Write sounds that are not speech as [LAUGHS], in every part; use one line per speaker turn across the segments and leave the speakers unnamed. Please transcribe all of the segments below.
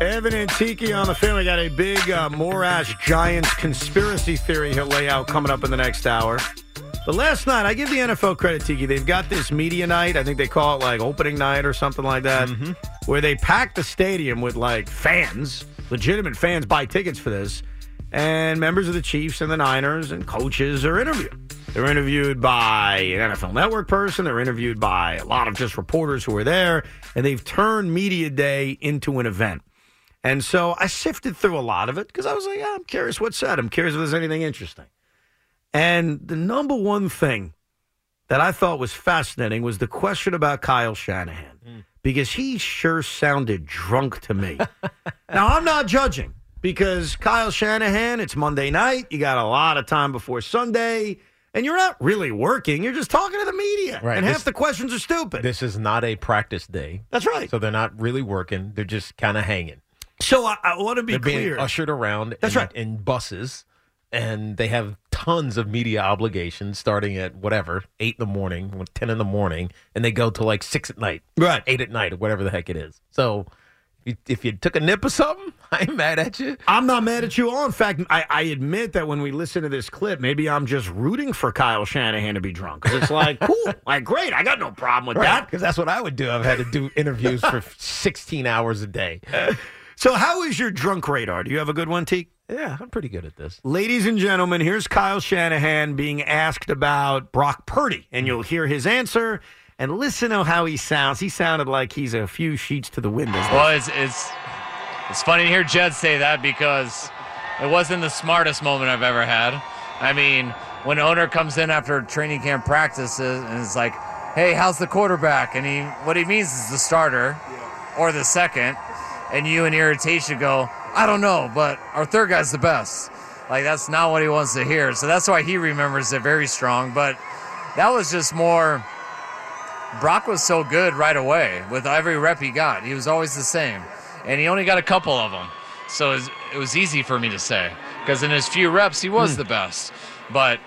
Evan and Tiki on the family got a big uh, Morash Giants conspiracy theory he'll lay out coming up in the next hour. But last night, I give the NFL credit, Tiki. They've got this media night. I think they call it like opening night or something like that, where they pack the stadium with like fans, legitimate fans buy tickets for this, and members of the Chiefs and the Niners and coaches are interviewed. They're interviewed by an NFL network person. They're interviewed by a lot of just reporters who are there, and they've turned Media Day into an event. And so I sifted through a lot of it because I was like, yeah, I'm curious what's said. I'm curious if there's anything interesting. And the number one thing that I thought was fascinating was the question about Kyle Shanahan
Mm.
because he sure sounded drunk to me. [LAUGHS] now, I'm not judging because Kyle Shanahan, it's Monday night. You got a lot of time before Sunday, and you're not really working. You're just talking to the media.
Right,
And
this-
half the questions are stupid.
This is not a practice day,
That's right.
so they're not really working. They're just kind of hanging.
So I, I want to be
they're being
clear.
ushered around
That's
in,
right.
in buses, and they have tons of media obligations starting at whatever, 8 in the morning, or 10 in the morning, and they go to like 6 at night,
Right.
8 at night, or whatever the heck it is. So if- if you took a nip or something, [LAUGHS] I ain't mad at you.
I'm not mad at you all. In fact, I, I admit that when we listen to this clip, maybe I'm just rooting for Kyle Shanahan to be drunk. 'Cause
[LAUGHS]
it's like, cool, like great, I got no problem with that.
Because that's what I would do. I've had to
[LAUGHS]
do interviews for 16 hours a day.
[LAUGHS] So, how is your drunk radar? Do you have a good one, Teak?
Yeah, I'm pretty good at this.
Ladies and gentlemen, here's Kyle Shanahan being asked about Brock Purdy, and you'll hear his answer. And listen to how he sounds. He sounded like he's a few sheets to the wind. isn't he?
Well, it's it's it's funny to hear Jed say that because it wasn't the smartest moment I've ever had. I mean, when an owner comes in after training camp practices and is like, "Hey, how's the quarterback?" and he what he means is the starter or the second, and you in irritation go, "I don't know, but our third guy's the best." Like that's not what he wants to hear. So that's why he remembers it very strong. But that was just more. Brock was so good right away with every rep he got. He was always the same, and he only got a couple of them, so it was, it was easy for me to say because in his few reps he was the best. But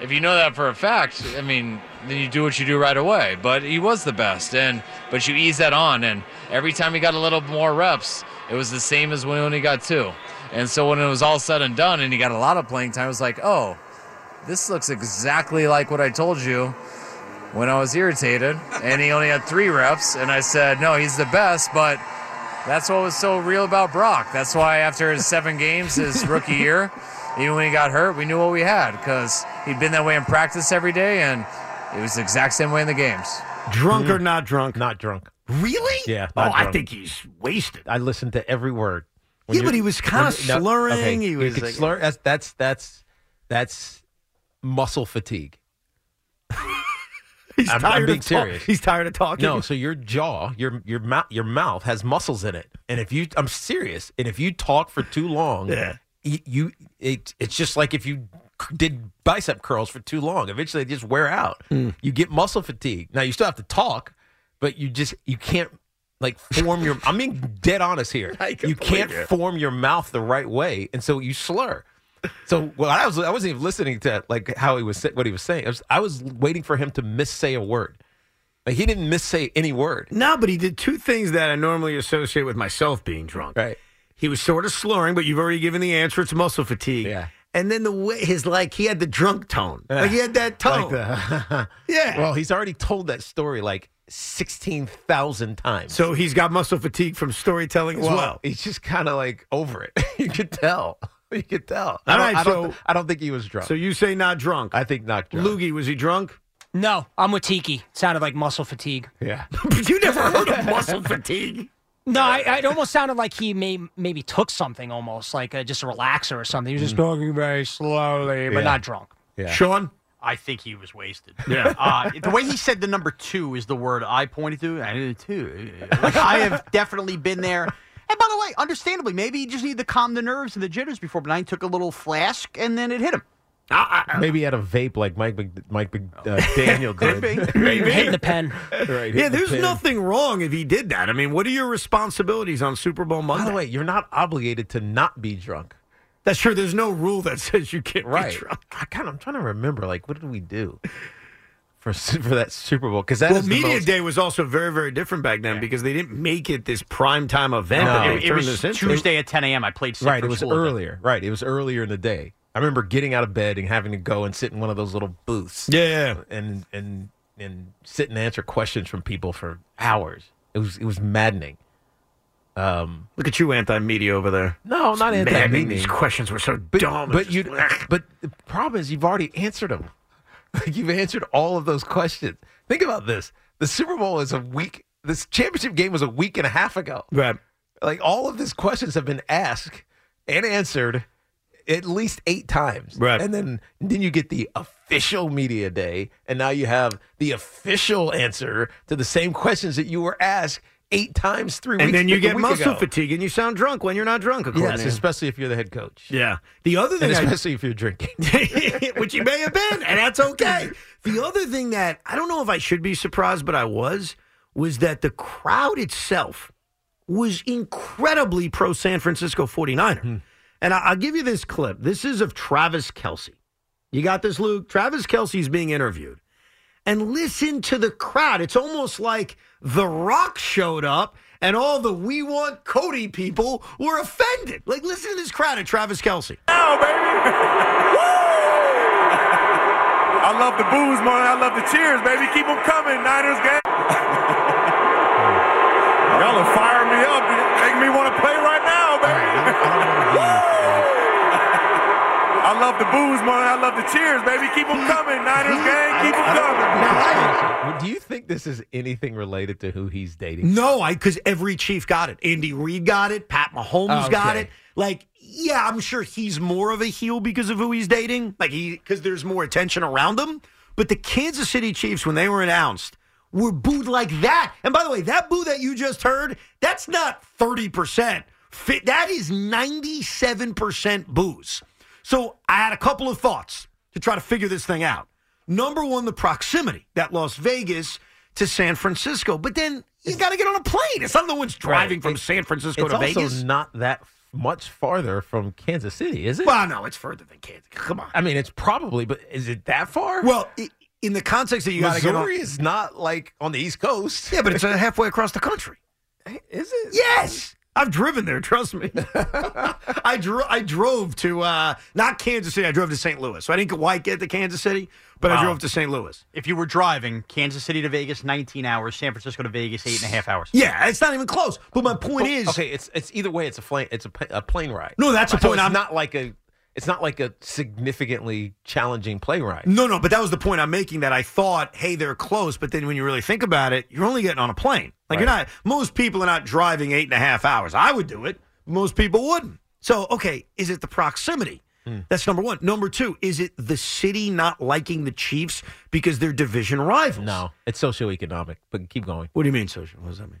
if you know that for a fact, I mean, then you do what you do right away. But he was the best, and but you ease that on, and every time he got a little more reps, it was the same as when he only got two. And so when it was all said and done, and he got a lot of playing time, it was like, oh, this looks exactly like what I told you when I was irritated, and he only had three reps, and I said, no, he's the best, but that's what was so real about Brock. That's why after his seven games, his rookie year, even when he got hurt, we knew what we had because he'd been that way in practice every day, and it was the exact same way in the games.
drunk or not drunk?
Mm. Not drunk.
Really?
Yeah,
Oh,
not
I
drunk.
think he's wasted.
I listened to every word.
Yeah, but he was kinda slurring. He
you
was
could
like-
slur. That's, that's that's that's muscle fatigue.
[LAUGHS] He's
I'm- I'm
tired
being
of talk-
serious.
He's tired of talking.
No, so your jaw, your your mouth, your mouth has muscles in it, and if you, I'm serious, and if you talk for too long,
Yeah.
y- you it it's just like if you c- did bicep curls for too long, eventually they just wear out. You get muscle fatigue. Now you still have to talk, but you just you can't like form your. I'm being dead honest
[LAUGHS]
here. You can't form your mouth the right way, and so you slur. So well, I was I wasn't even listening to like how he was sa- what he was saying. I was, I was waiting for him to missay a word. Like he didn't missay any word.
No, but he did two things that I normally associate with myself being drunk.
Right.
He was sort of slurring, but you've already given the answer. It's muscle fatigue.
Yeah.
And then the way his like he had the drunk tone. Like he had that
Like
tone.
the- [LAUGHS]
yeah.
well, he's already told that story like 16,000 times.
So he's got muscle fatigue from storytelling as
Well,
well.
he's just kind of like over it. [LAUGHS] you could tell. [LAUGHS] You could tell. I don't,
All right,
I don't,
so-
thi- I don't think he was drunk.
So you say not drunk.
I think not drunk.
Loogie, was he drunk?
No, I'm with Tiki. Sounded like muscle fatigue.
Yeah.
[LAUGHS] you never heard of muscle fatigue.
No, I, I, it almost sounded like he may maybe took something almost like uh just a relaxer or something. He was just talking very slowly, but
Mm. Yeah.
not drunk.
Yeah.
Sean?
I think he was wasted.
Yeah.
Uh, the [LAUGHS] way he said the number two is the word I pointed to. I did it too. Like, I have definitely been there. And by the way, understandably, maybe he just needed to calm the nerves and the jitters before. But I took a little flask and then it hit him.
Maybe he had a vape like Mike Mc, Mike Mc,
[LAUGHS]
uh, Daniel did.
Hitting the pen.
Right,
Yeah,
hit the
there's
pin.
nothing wrong if he did that. I mean, what are your responsibilities on Super Bowl
By
Monday?
the way, you're not obligated to not be drunk.
That's sure. There's no rule that says you can't
Right.
be drunk.
I kind of, I'm trying to remember, like, what did we do for su- for that Super Bowl? Because that
Well,
is the
media
most-
day was also very, very different back then because they didn't make it this prime time event.
No.
that they
It- it
It
turned
was
this into.
Tuesday at 10 a.m. I played sick
Right,
from
it was
school at that
earlier. Right, it was earlier in the day. I remember getting out of bed and having to go and sit in one of those little booths.
Yeah, yeah, yeah.
and and and sit and answer questions from people for hours. It was it was maddening. Um,
Look at you, anti-media over there.
no, not
Man,
anti
these questions were so
but,
dumb.
But
It's
you,
just-
but the problem is you've already answered them. Like [LAUGHS] you've answered all of those questions. Think about this: the Super Bowl is a week. This championship game was a week and a half ago.
Right.
Like all of these questions have been asked and answered at least eight times.
Right.
And then then you get the official media day, and now you have the official answer to the same questions that you were asked eight times three weeks.
and then you
a
get
week
muscle
ago.
fatigue, and you sound drunk when you're not drunk. According
Yes,
to him.
especially if you're the head coach.
yeah. The other
And
thing, I,
especially if you're drinking.
[LAUGHS] which he may have been, and that's okay. The other thing that I don't know if I should be surprised, but I was, was that the crowd itself was incredibly pro San Francisco 49er. And I, I'll give you this clip. This is of Travis Kelsey. You got this, Luke? Travis Kelsey's being interviewed. And listen to the crowd. It's almost like The Rock showed up and all the We Want Cody people were offended. Like, listen to this crowd at Travis Kelsey.
I love the booze, man. I love the cheers, baby. Keep them coming, Niners game. Y'all are firing me up, making me want to play right now, baby. I love the booze, man. I love the cheers, baby. Keep them coming, Niners game. Keep them coming.
Do you think this is anything related to who he's dating?
No, I because every chief got it. Andy Reid got it. Pat Mahomes
Oh,
got
okay.
it. Like, yeah, I'm sure he's more of a heel because of who he's dating. Like he because there's more attention around him. But the Kansas City Chiefs, when they were announced, were booed like that. And by the way, that boo that you just heard, that's not 30%. Fi- That is 97% boos. So I had a couple of thoughts to try to figure this thing out. Number one, the proximity that Las Vegas to San Francisco. But then you got to get on a plane. It's not the one's driving
Right.
from
It-
San Francisco
It's
to
also
Vegas.
not that f- much farther from Kansas City, is it?
well, no, it's further than Kansas. Come on.
I mean, it's probably, but is it that far?
Well, i in the context that you got to get on.
Missouri is not like on the East Coast,
Yeah, but it's uh, halfway across the country.
is it?
Yes. I've driven there,
[LAUGHS]
trust me. I dro- I drove to uh, not Kansas City, I drove to St. Louis. So I didn't quite get to Kansas City, but I
Wow.
drove to St. Louis.
If you were driving, Kansas City to Vegas, 19 hours. San Francisco to Vegas, eight and a half hours.
Yeah, it's not even close. But my point
Oh,
is
okay. It's it's either way. It's a plane. It's a, pa- a plane ride.
No, that's the
So
point.
it's
I'm-
not like a. It's not like a significantly challenging plane ride.
No, no, but that was the point I'm making that I thought, hey, they're close. But then when you really think about it, you're only getting on a plane. Like you're
Right.
not, most people are not driving eight and a half hours. I would do it. Most people wouldn't. So, okay, is it the proximity?
Hmm.
That's number one. Number two, is it the city not liking the Chiefs because they're division rivals?
No, it's socioeconomic. But keep going.
What do you mean social? What does that mean?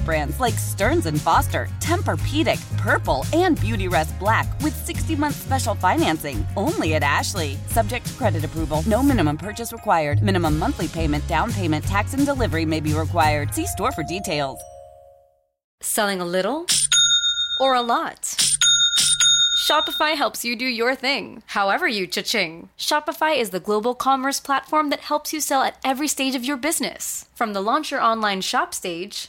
brands like Stearns and Foster, Tempur-Pedic, Purple, and Beautyrest Black with 60-month special financing only at Ashley. Subject to credit approval, no minimum purchase required. Minimum monthly payment, down payment, tax, and delivery may be required. See store for details.
Selling a little or a lot? Shopify helps you do your thing, however you cha-ching. Shopify is the global commerce platform that helps you sell at every stage of your business. From the launch your online shop stage,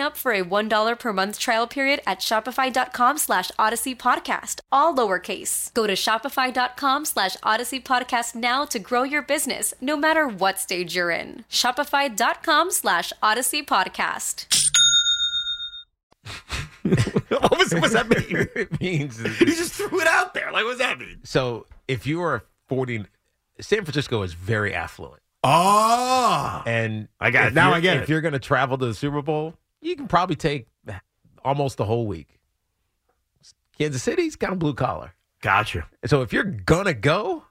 up for a $1 per month trial period at shopify.com slash odyssey podcast, all lowercase. Go to shopify.com slash odyssey podcast now to grow your business no matter what stage you're in. Shopify.com slash odyssey podcast.
what was, what's that mean? [LAUGHS] it means
[LAUGHS]
You just threw it out there. Like, what's that mean?
so if you are 40, San Francisco is very affluent.
Ah!
Oh.
And
I got it.
if
Now
you're-
I get it.
If you're going to travel to the Super Bowl, you can probably take almost the whole week. Kansas City's kind of blue collar.
Gotcha.
So if you're going to go,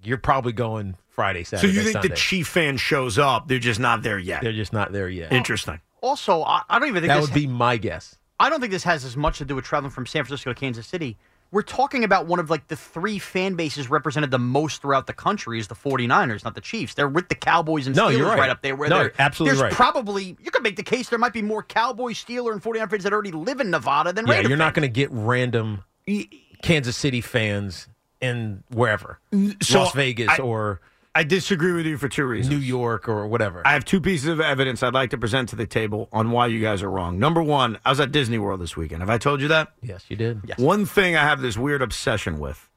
you're probably going Friday,
So
Saturday.
you think
Sunday.
the Chief fan shows up? They're just not there yet.
They're just not there yet.
Interesting.
Also, I, I don't even think
that
this
would be my guess.
I don't think this has as much to do with traveling from San Francisco to Kansas City. We're talking about one of like the three fan bases represented the most throughout the country is the 49ers, not the Chiefs. They're with the Cowboys and
No,
Steelers
you're right.
up there. Where
No,
they're-
you're absolutely
there's
right.
probably you could make the case there might be more Cowboys, Steeler, and 49er fans that already live in Nevada than
Yeah,
Raider
you're not
fans.
going to get random Kansas City fans in wherever,
so
Las Vegas
I-
or
I disagree with you for two reasons.
New York or whatever.
I have two pieces of evidence I'd like to present to the table on why you guys are wrong. Number one, I was at Disney World this weekend. Have I told you that?
yes, you did. Yes.
One thing I have this weird obsession with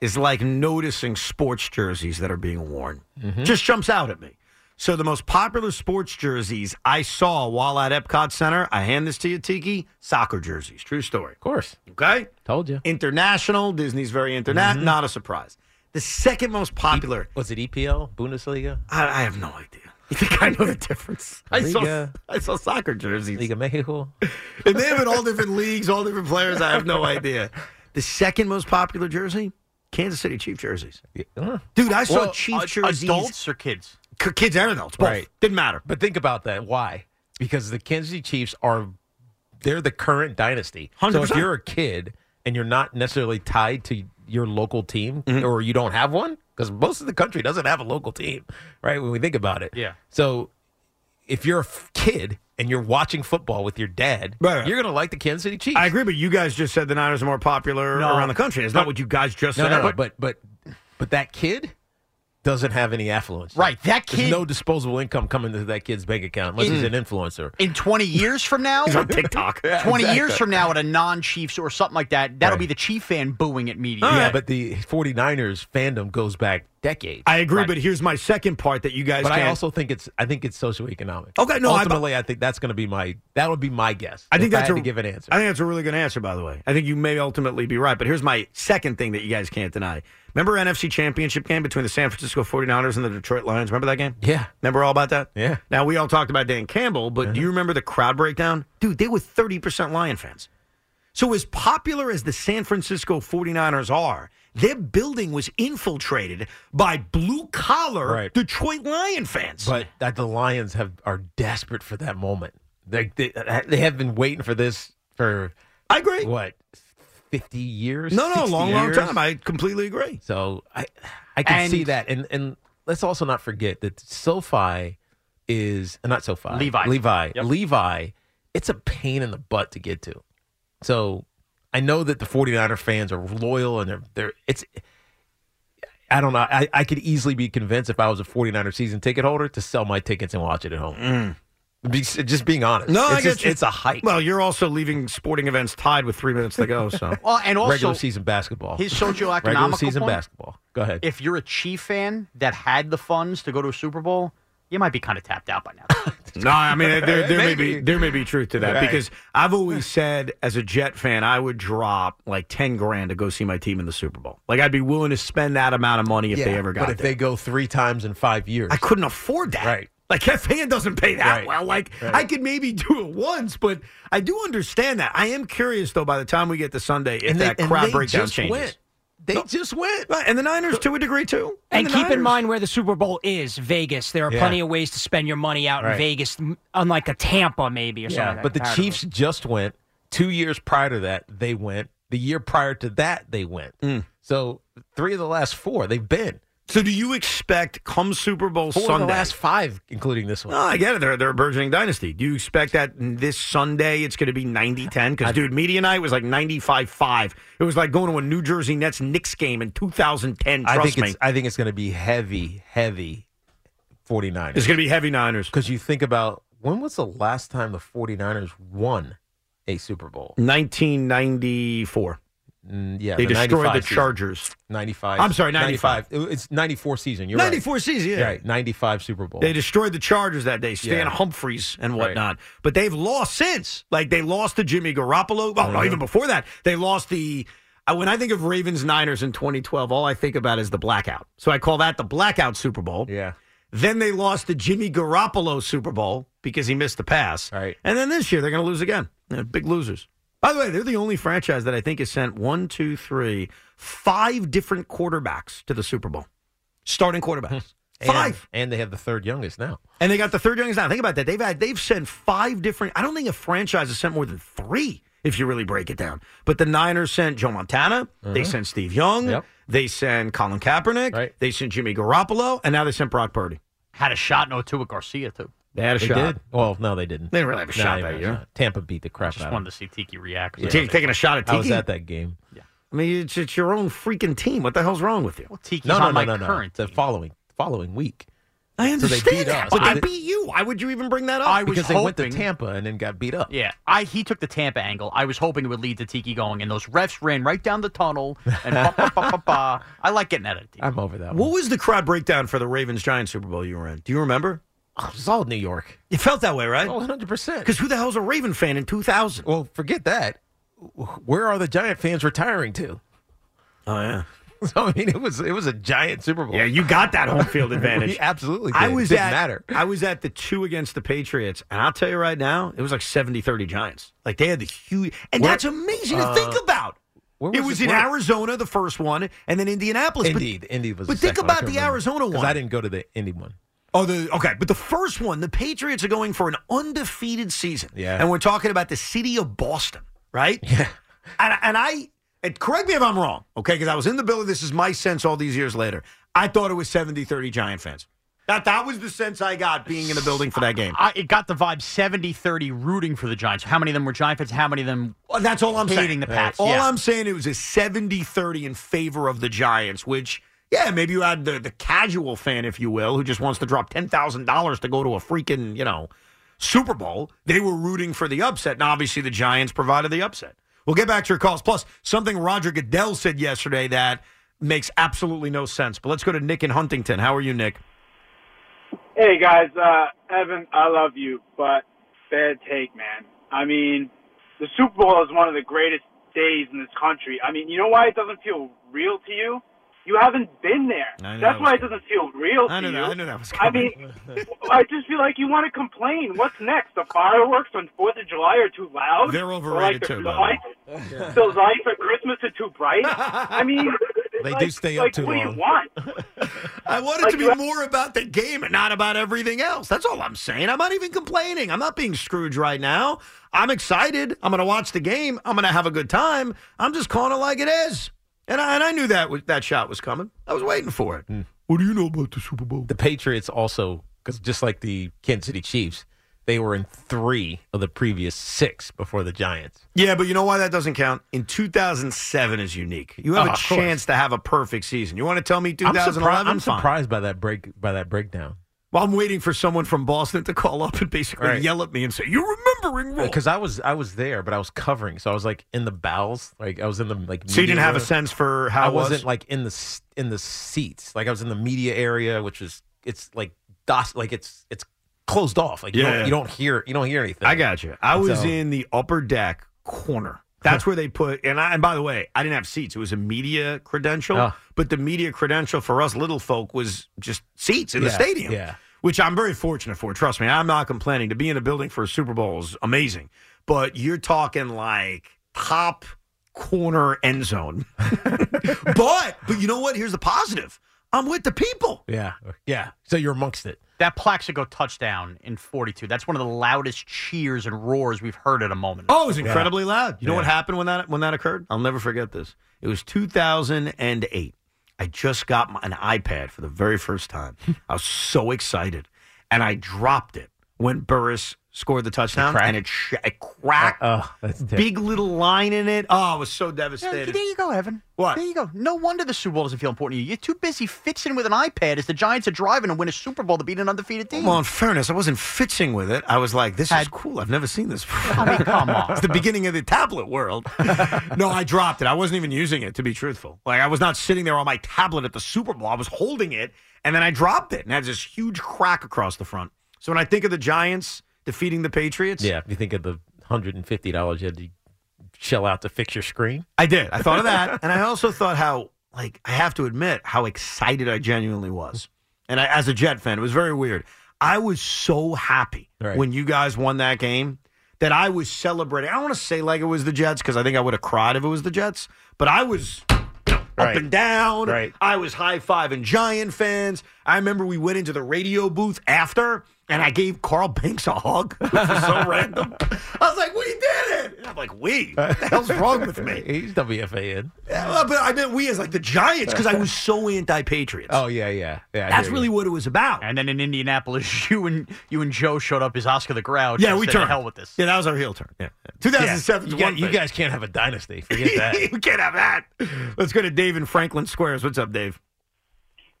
is like noticing sports jerseys that are being worn.
Mm-hmm.
Just jumps out at me. So the most popular sports jerseys I saw while at Epcot Center, I hand this to you, Tiki, soccer jerseys. True story.
Of course.
Okay?
Told you.
International, Disney's very international. Not a surprise. The second most popular,
E- Was it EPL, Bundesliga,
I, I have no idea. [LAUGHS] You think I know the difference? I saw,
Liga.
I saw soccer jerseys.
Liga Mexico?
[LAUGHS] And they have it all different leagues, all different players. I have no idea. The second most popular jersey, Kansas City Chief jerseys.
Yeah, uh.
Dude, I saw
Well, uh,
Chief
Ad-
jerseys.
adults or kids.
k- kids and adults, both.
Right.
Didn't matter.
But think about that. Why? Because the Kansas City Chiefs are they're the current dynasty. So if
100%.
you're a kid and you're not necessarily tied to your local team
Mm-hmm.
or you don't have one, because most of the country doesn't have a local team, right? When we think about it.
Yeah.
So if you're a f- kid and you're watching football with your dad,
Right, right.
you're gonna like the Kansas City Chiefs.
I agree, but you guys just said the Niners are more popular
No.
around the country. It's not what you guys just
No,
said.
no, no, but but but that kid doesn't have any affluence.
Right, that
There's
kid-
no disposable income coming into that kid's bank account unless he's an
Mm.
influencer.
[LAUGHS] In 20 years from now,
It's on
[LAUGHS]
TikTok.
20 years from now at a non-Chiefs or something like that, that'll
Right.
be the Chief fan booing at media.
yeah, but the 49ers fandom goes back decades.
I agree, but here's my second part that you guys
but
can't.
I also think it's I think it's socioeconomic.
Okay, no, I-
ultimately I, think that's going to be my that would be my guess.
I think
if
that's
I had
a,
to give an answer.
I think that's a really good answer, by the way. I think you may ultimately be right. But here's my second thing that you guys can't deny. Remember NFC Championship game between the San Francisco 49ers and the Detroit Lions? Remember that game?
Yeah.
Remember all about that?
Yeah. Uh-huh.
Now, we all talked about Dan Campbell, but do you remember the crowd breakdown? Dude, they were 30% Lion fans. So, as popular as the San Francisco 49ers are, their building was infiltrated by blue collar
Right.
Detroit Lion fans.
but that the Lions have are desperate for that moment. They, they they have been waiting for this for
I agree.
what fifty years.
No, no,
60
long, long
years.
time. I completely agree.
So I I can
And-
see that. And and let's also not forget that SoFi is uh, not SoFi.
Levi.
Levi. Levi, it's a pain in the butt to get to. So I know that the 49er fans are loyal and they're they're it's I don't know. I, I could easily be convinced if I was a 49er season ticket holder to sell my tickets and watch it at home. Be- just being honest.
Mm. No,
it's
I get
just,
you.
It's a hike.
Well, you're also leaving sporting events tied with three minutes to go. So
[LAUGHS] Well, Oh, and also
regular season basketball.
his
regular
socioeconomic
season
point.
basketball. Go ahead.
If you're a Chief fan that had the funds to go to a Super Bowl, you might be kind of tapped out by [LAUGHS] now.
No, I mean there, there may be
Maybe.
there may be truth to that
Right.
because I've always said as a Jet fan I would drop like ten grand to go see my team in the Super Bowl. Like I'd be willing to spend that amount of money if they ever got
But if
there.
they go three times in five years,
I couldn't afford that.
Right.
Like that fan doesn't pay that
Right.
well. Like
Right.
I could maybe do it once, but I do understand that. I am curious though. By the time we get to Sunday, if that crowd breakdown changes,
went. They just went.
Right, and the Niners to a degree too.
And
the
keep in
Niners.
mind where the Super Bowl is Vegas. There are
Yeah.
plenty of ways to spend your money out
Right.
in Vegas, m- unlike a Tampa maybe or something.
Yeah,
like
but the
that.
Chiefs just went. Two years prior to that, they went. The year prior to that, they went. So three of the last four, they've been.
Mm. So, do you expect come Super Bowl
Four of
Sunday?
the last five, including this one.
No, I get it. They're, they're a burgeoning dynasty. Do you expect that this Sunday it's going to be 90 10? Because, dude, media night was like 95 5. It was like going to a New Jersey Nets Knicks game in 2010. Trust
I think
me.
it's. I think it's going to be heavy, heavy. 49ers.
It's going to be heavy Niners.
Because you think about when was the last time the 49ers won a Super Bowl?
1994.
Mm, yeah,
They destroyed the
95 season.
Chargers.
95.
I'm sorry, 95.
It- It's 94 season. You're
94
right.
season, yeah.
You're right. 95 Super Bowl.
They destroyed the Chargers that day, Stan
Yeah.
Humphreys and
Right.
whatnot. But they've lost since. Like they lost to Jimmy Garoppolo.
Oh,
Well, no, even before that, they lost the. I- When I think of Ravens Niners in 2012, all I think about is the blackout. So I call that the blackout Super Bowl.
yeah.
Then they lost the Jimmy Garoppolo Super Bowl because he missed the pass.
Right.
And then this year they're going to lose again. They're big losers. By the way, they're the only franchise that I think has sent one, two, three, five different quarterbacks to the Super Bowl. Starting quarterbacks.
[LAUGHS] And-
Five.
And, they have the third youngest now.
And they got the third youngest now. Think about that. They've had they've sent five different. I don't think a franchise has sent more than three if you really break it down. But the Niners sent Joe Montana. They sent Steve Young.
Mm-hmm. Yep.
They sent Colin Kaepernick.
Right.
They sent Jimmy Garoppolo, and now they sent Brock Purdy.
had a shot in 02 with Garcia, too.
They had a
They
shot.
did? Well, no, they didn't.
They didn't really have a
No,
shot
they
that
didn't.
year.
Tampa beat the crap
Just
out
wanted
of
to see Tiki react.
T- taking a shot at
them. I
Tiki.
was at that game.
I mean, it's, it's your own freaking team. What the hell's wrong with you?
Well, Tiki's
No, no,
on
no,
my
no, no.
current
The
team.
following following week.
I
So they
understand
beat
that,
us.
but
I-
they beat you. Why would you even bring that up?
I was
Because they went to
hoping-
Tampa and then got beat up.
Yeah, I he took the Tampa angle. I was hoping it would lead to Tiki going, and those refs ran right down the tunnel. And ba, ba, ba, ba, ba. I like getting out of Tiki.
I'm over that
what
one.
was the crowd breakdown for the Ravens Giants Super Bowl you were in? Do you remember?
Oh, it was all New York.
It felt that way, right?
Oh, 100%.
Because who the hell's a Raven fan in 2000?
Well, forget that. Where are the Giant fans retiring to?
Oh, yeah.
[LAUGHS] So I mean, it was it was a giant Super Bowl.
Yeah, you got that
[LAUGHS]
home field advantage.
We absolutely. Did.
I was
Didn't
at
matter.
I was at the two against the Patriots, and I'll tell you right now, it was like 70-30 Giants. Like they had the huge, and
Where- uh,
that's amazing to think about.
Where
it was
it?
in
Where-
Arizona, the first one, and then Indianapolis. but-
Indeed, Indy was.
but
the
think
second one. I
about
couldn't
the
remember.
Arizona
'Cause
one.
I didn't go to the Indy one.
Oh, the okay, but the first one, the Patriots are going for an undefeated season.
Yeah.
and we're talking about the city of Boston, right? Yeah, and, and I and correct me if I'm wrong, okay? Because I was in the building. This is my sense all these years later. I thought it was 70-30 Giant fans. That that was the sense I got being in the building for that game.
I, it got the vibe 70-30 rooting for the Giants. How many of them were Giant fans? How many of them?
Well, that's all I'm
Hating
saying.
the Pats,
All
yeah.
I'm saying it was a 70-30 in favor of the Giants, which yeah, maybe you had the the casual fan, if you will, who just wants to drop ten thousand dollars to go to a freaking you know Super Bowl. They were rooting for the upset, and obviously the Giants provided the upset. We'll get back to your calls. Plus, something Roger Goodell said yesterday that makes absolutely no sense. But let's go to Nick in Huntington. How are you, Nick?
Hey guys, uh, Evan, I love you, but bad take, man. I mean, the Super Bowl is one of the greatest days in this country. I mean, you know why it doesn't feel real to you? You haven't been there.
I know that
That's
was
why it
coming.
doesn't feel real
I
to
know
you.
that- I know that was
I
coming.
mean,
[LAUGHS]
I just feel like you want to complain. What's next? The fireworks on Fourth of July are too loud.
They're
Or,
overrated
like,
too,
The
by [LAUGHS]
lights, the lights at Christmas are too bright. I mean,
They
like,
do stay up
like,
too
what
long.
do you want?
I want it
Like,
to be
you-
more about the game and not about everything else. That's all I'm saying. I'm not even complaining. I'm not being Scrooge right now. I'm excited. I'm going to watch the game. I'm going to have a good time. I'm just calling it like it is. And I, and I knew that was, that shot was coming. I was waiting for it. What do you know about the Super Bowl?
Hmm. The Patriots also, because just like the Kansas City Chiefs, they were in three of the previous six before the Giants.
Yeah, but you know why that doesn't count? In 2007 is unique. You
Oh,
have a
of course.
chance to have a perfect season. You want to tell me
I'm surpri-
2011?
I'm
Fine.
surprised by that break by that breakdown.
Well, I'm waiting for someone from Boston to call up and basically
Right.
yell at me and say, "You're remembering wrong."
because Uh, I was I was there, but I was covering, so I was like in the bowels, like I was in the like.
So you didn't
media
have a
room.
sense for how
I
it was?
wasn't like in the s- in the seats, like I was in the media area, which is it's like dust, like it's it's closed off, like you,
Yeah,
don't,
yeah.
you don't hear you don't hear anything.
I got you. I
And
was
so-
in the upper deck corner. That's where they put. And I, and by the way, I didn't have seats. It was a media credential,
Oh.
but the media credential for us little folk was just seats in the
Yeah,
stadium.
yeah.
Which I'm very fortunate for. Trust me, I'm not complaining. To be in a building for a Super Bowl is amazing, but you're talking like top corner end zone. [LAUGHS] but but you know what? Here's the positive. I'm with the people.
Yeah, yeah. So you're amongst it.
That Plaxico touchdown in 42, that's one of the loudest cheers and roars we've heard at a moment.
Oh, it was incredibly loud. You know what
Yeah.
happened when that when that occurred? I'll never forget this. It was 2008. I just got my, an iPad for the very first time. I was so excited, and I dropped it when Burris scored the touchdown,
cracked?
and it, sh- it cracked.
Oh, that's
Big little line in it. Oh, I was so
Yeah,
devastated.
there you go, Evan.
What?
There you go. No wonder the Super Bowl doesn't feel important to you. You're too busy fixing with an iPad as the Giants are driving to win a Super Bowl to beat an undefeated team.
Well, in fairness, I wasn't fixing with it. I was like, this is
Had-
cool. I've never seen this before.
I mean, come
[LAUGHS]
on.
It's the beginning of the tablet world. [LAUGHS] no, I dropped it. I wasn't even using it, to be truthful. Like, I was not sitting there on my tablet at the Super Bowl. I was holding it, and then I dropped it and had this huge crack across the front. So when I think of the Giants defeating the Patriots,
Yeah, if you think of the hundred and fifty dollars you had to shell out to fix your screen.
I did. I thought
[LAUGHS]
of that. and I also thought how, like, I have to admit how excited I genuinely was. And I, as a Jet fan, it was very weird. I was so happy
Right.
when you guys won that game that I was celebrating. I don't want to say like it was the Jets because I think I would have cried if it was the Jets, but I was. you know, Up
Right.
and down.
Right.
I was high fiving Giant fans. I remember we went into the radio booth after, and I gave Carl Banks a hug, [LAUGHS] which was so random. I was like, "We did it!" And I'm like, "We? What the hell's wrong with me?"
He's WFAN.
Yeah, well, Uh, but I meant we as like the Giants because I was so anti-Patriots.
Oh yeah, yeah, yeah. I
that's
hear
really
you.
what it was about.
And then in Indianapolis, [LAUGHS] you and you and Joe showed up as Oscar the Grouch.
yeah,
and
we
said,
turned
"To hell with this.
Yeah, that was our heel turn. Yeah,
Yeah.
2007.
You, got- you guys can't have a dynasty. [LAUGHS] Forget that.
we can't have that. [LAUGHS] Let's go to Dave in Franklin Squares. What's up, Dave?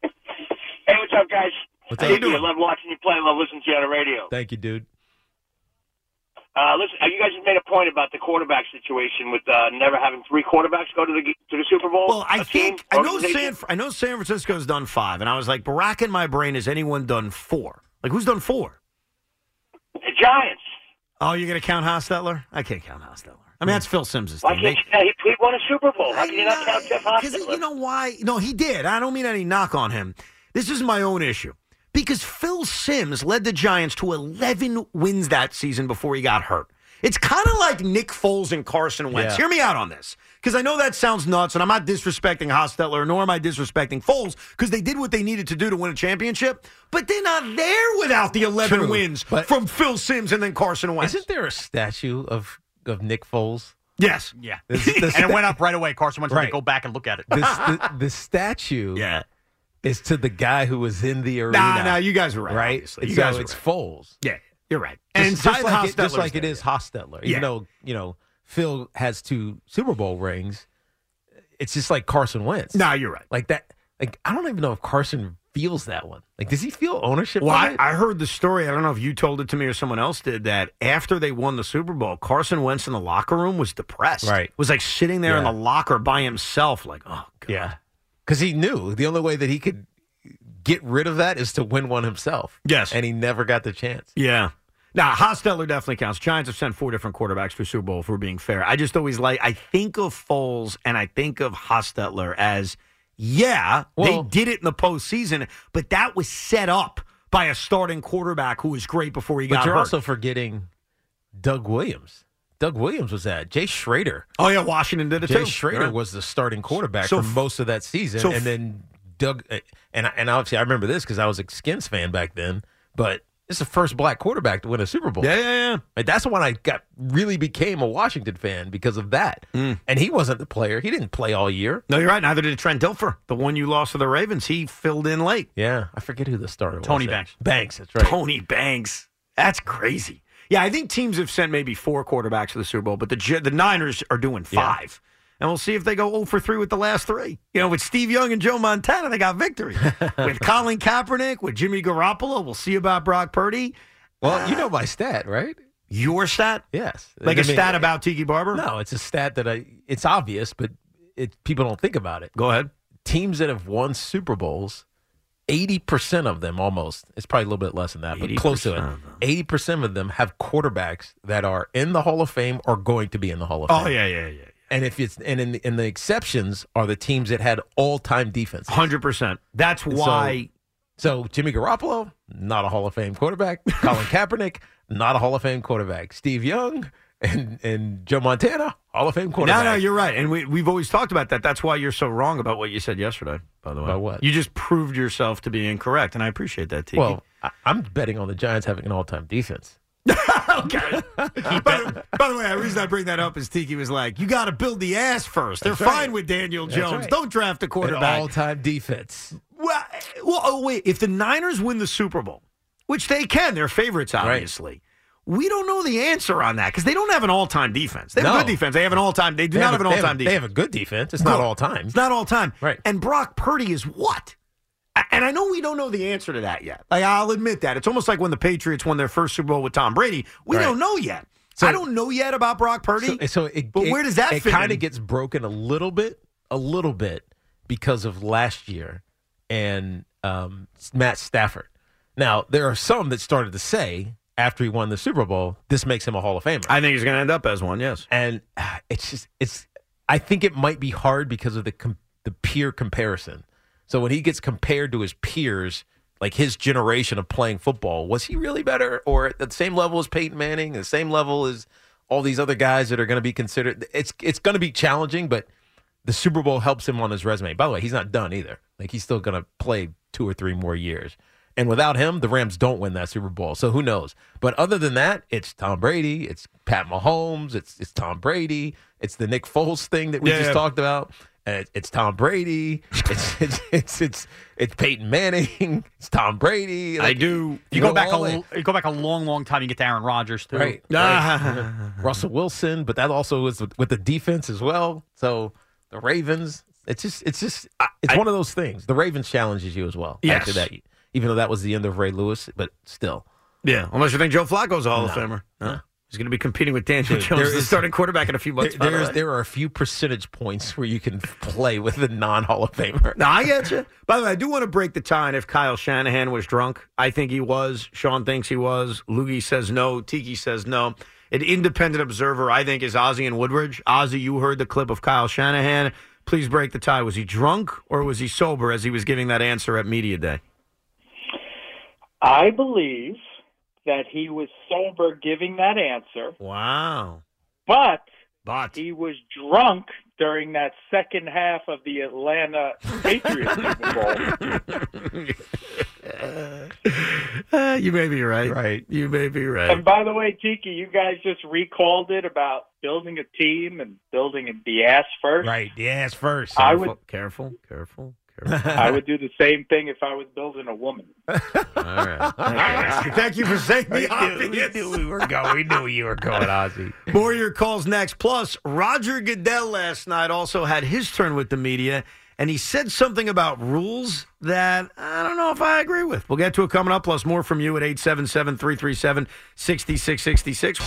Hey, what's up, guys?
What's
I
up?
love you. I love watching you play. I love listening to you on the radio.
Thank you, dude.
Uh, listen, uh, you guys just made a point about the quarterback situation with uh, never having three quarterbacks go to the to the Super Bowl.
Well, I
A team,
think I know
organization.
San I know San Francisco's done five, and I was like, Barack in my brain, has anyone done four? Like, who's done four?
The Giants.
Oh, you're gonna count Hostetler? I can't count Hostetler. I mean, that's Phil Sims's
Why
thing.
can't
They-
you? He, he won a Super Bowl. How can you not count Jeff
Because
Hostetler?
you know why? No, he did. I don't mean any knock on him. This is my own issue. Because Phil Sims led the Giants to 11 wins that season before he got hurt. It's kind of like Nick Foles and Carson Wentz.
Yeah.
Hear me out on this. Because I know that sounds nuts, and I'm not disrespecting Hostetler, nor am I disrespecting Foles, because they did what they needed to do to win a championship. But they're not there without the 11
True,
wins
but-
from Phil Sims and then Carson Wentz.
Isn't there a statue of of Nick Foles?
Yes.
Yeah.
This- this-
[LAUGHS] and it went up right away. Carson went
Right.
to go back and look at it. [LAUGHS]
This
[LAUGHS]
the, the statue
Yeah.
is to the guy who was in the arena.
Nah, nah, you guys were right.
right.
obviously. You
so
guys were
it's
right.
Foles.
Yeah, you're right.
Just- just
Tyler
like, it,
Hostetler's
just like it
there.
is Hostetler.
Yeah.
Even though you know Phil has two Super Bowl rings, it's just like Carson Wentz.
No, you're right.
like that. Like I don't even know if Carson feels that one. Like, does he feel ownership?
Well,
of
I,
it?
I heard the story. I don't know if you told it to me or someone else did that. After they won the Super Bowl, Carson Wentz in the locker room was depressed.
Right.
Was like sitting there in
Yeah.
the locker by himself, like, oh, God.
yeah, because he knew the only way that he could get rid of that is to win one himself.
Yes.
and he never got the chance.
Yeah. Now, Hostetler definitely counts. Giants have sent four different quarterbacks to Super Bowl, if we're being fair. I just always like, I think of Foles and I think of Hostetler as, yeah,
Well-
they did it in the postseason, but that was set up by a starting quarterback who was great before he
But
got
you're
hurt.
also forgetting Doug Williams. Doug Williams was at. Jay Schrader.
Oh yeah, Washington did it
Jay
too.
Schrader
Yeah.
was the starting quarterback
So
for
f-
most of that season,
so f-
and then Doug uh, and I- and obviously I remember this because I was a Skins fan back then. But it's the first black quarterback to win a Super Bowl.
Yeah, yeah, yeah.
Like, that's when I got really became a Washington fan because of that.
Mm.
And he wasn't the player; he didn't play all year.
No, you're right. Neither did Trent Dilfer, the one you lost to the Ravens. He filled in late.
Yeah, I forget who the starter was.
Tony
then.
Banks.
Banks, that's right.
Tony Banks. That's crazy. Yeah, I think teams have sent maybe four quarterbacks to the Super Bowl, but the Jet- the Niners are doing
Yeah.
five. And we'll see if they go 0 for 3 with the last three. You know, with Steve Young and Joe Montana, they got
[LAUGHS]
victory. with Colin Kaepernick, with Jimmy Garoppolo, we'll see about Brock Purdy. Uh,
Well, you know my stat, right?
Your stat?
Yes.
Like a
I mean,
stat about Tiki Barber?
No, it's a stat that I. It's obvious, but it people don't think about it.
Go ahead.
Teams that have won Super Bowls, eighty percent of them almost. It's probably a little bit less than that, but close to
80%
it.
of
Eighty percent of them have quarterbacks that are in the Hall of Fame or going to be in the Hall of Fame.
Oh, yeah, yeah, yeah.
And if it's and in the, and the exceptions are the teams that had all time defense.
100%. That's
And
why.
So, so Jimmy Garoppolo, not a Hall of Fame
[LAUGHS]
quarterback. Colin Kaepernick, not a Hall of Fame quarterback. Steve Young and and Joe Montana, Hall of Fame
no,
quarterback.
no, you're right. And we, we've always talked about that. That's why you're so wrong about what you said yesterday, by the way.
About what?
You just proved yourself to be incorrect, and I appreciate that, Tiki.
Well, I, I'm betting on the Giants having an all-time defense.
by, the, [LAUGHS] by the way, the reason I bring that up is Tiki was like, "You got to build the ass first. They're
That's right.
fine with Daniel
That's
Jones.
right.
Don't draft a
An
quarterback."
all-time defense.
well, eh, well, oh wait, if the Niners win the Super Bowl, which they can, they're favorites, obviously. We don't know the answer on that because they don't have an all-time defense. They have a
No.
good defense. They have an all-time. They do
They
not
have
have,
a-
an
they have
all-time
a-
defense.
They have a good defense. It's not
Good.
all-time.
It's not all-time.
Right.
And Brock Purdy is what? A- And I know we don't know the answer to that yet. Like I'll admit that. It's almost like when the Patriots won their first Super Bowl with Tom Brady. We
Right.
don't know yet.
So-
I don't know yet about Brock Purdy.
So, so it,
But
it-
where does that
it
fit
kind
in?
of gets broken a little bit, a little bit because of last year and um, Matt Stafford. Now there are some that started to say after he won the Super Bowl, this makes him a Hall of Famer,
I think he's going to end up as one. Yes.
and ah, it's just it's. I think it might be hard because of the com- the peer comparison. So when he gets compared to his peers. Like his generation of playing football, was he really better, or at the same level as Peyton Manning, the same level as all these other guys that are going to be considered. It's it's going to be challenging, but the Super Bowl helps him on his resume. By the way, he's not done either. Like he's still going to play two or three more years. And without him, the Rams don't win that Super Bowl. So who knows? But other than that, it's Tom Brady, it's Pat Mahomes, it's it's Tom Brady, it's the Nick Foles thing that we
Yeah,
just
yeah.
talked about. And it- it's Tom Brady, it's [LAUGHS] it's it's it's, it's Peyton Manning, it's Tom Brady.
I
Like,
do.
You go
go
back a
all in.
l- you go back a long, long time. You get to Aaron Rodgers too.
[LAUGHS]
Right. Ah.
Ah.
Russell Wilson, but that also was with, with the defense as well. So the Ravens, it's just, it's just, I- it's one of those things. The Ravens challenges you as well.
Yes.
After that, even though that was the end of Ray Lewis, but still,
Yeah, unless you think Joe Flacco's a Hall of Famer. No. He's going to be competing with Daniel Jones,
there
as the
is-
starting quarterback in a few
there,
months. by the
there's,
way.
there are a few percentage points where you can [LAUGHS] play with a non Hall of Famer.
No, I get you. By the way, I do want to break the tie. on If Kyle Shanahan was drunk, I think he was. Sean thinks he was. Loogie says no. Tiki says no. An independent observer, I think, is Ozzy and Woodridge. Ozzy, you heard the clip of Kyle Shanahan. Please break the tie. Was he drunk or was he sober as he was giving that answer at media day?
I believe that he was sober giving that answer,
Wow. [LAUGHS]
but
But
he was drunk during that second half of the Atlanta Patriots Super Bowl.
[LAUGHS] Uh, you may be right.
Right.
You may be right.
And by the way, Tiki, you guys just recalled it about building a team and building the ass first.
Right. Yes, first.
I would
Careful, careful, careful.
[LAUGHS] I would do the same thing if I was building a woman.
[LAUGHS] All right. [LAUGHS] Thank you for saying the obvious.
we were going. We knew you were
[LAUGHS]
going, Ozzy.
More of your calls next. Plus, Roger Goodell last night also had his turn with the media, and he said something about rules that I don't know if I agree with. We'll get to it coming up. Plus, more from you at 877 337 6666.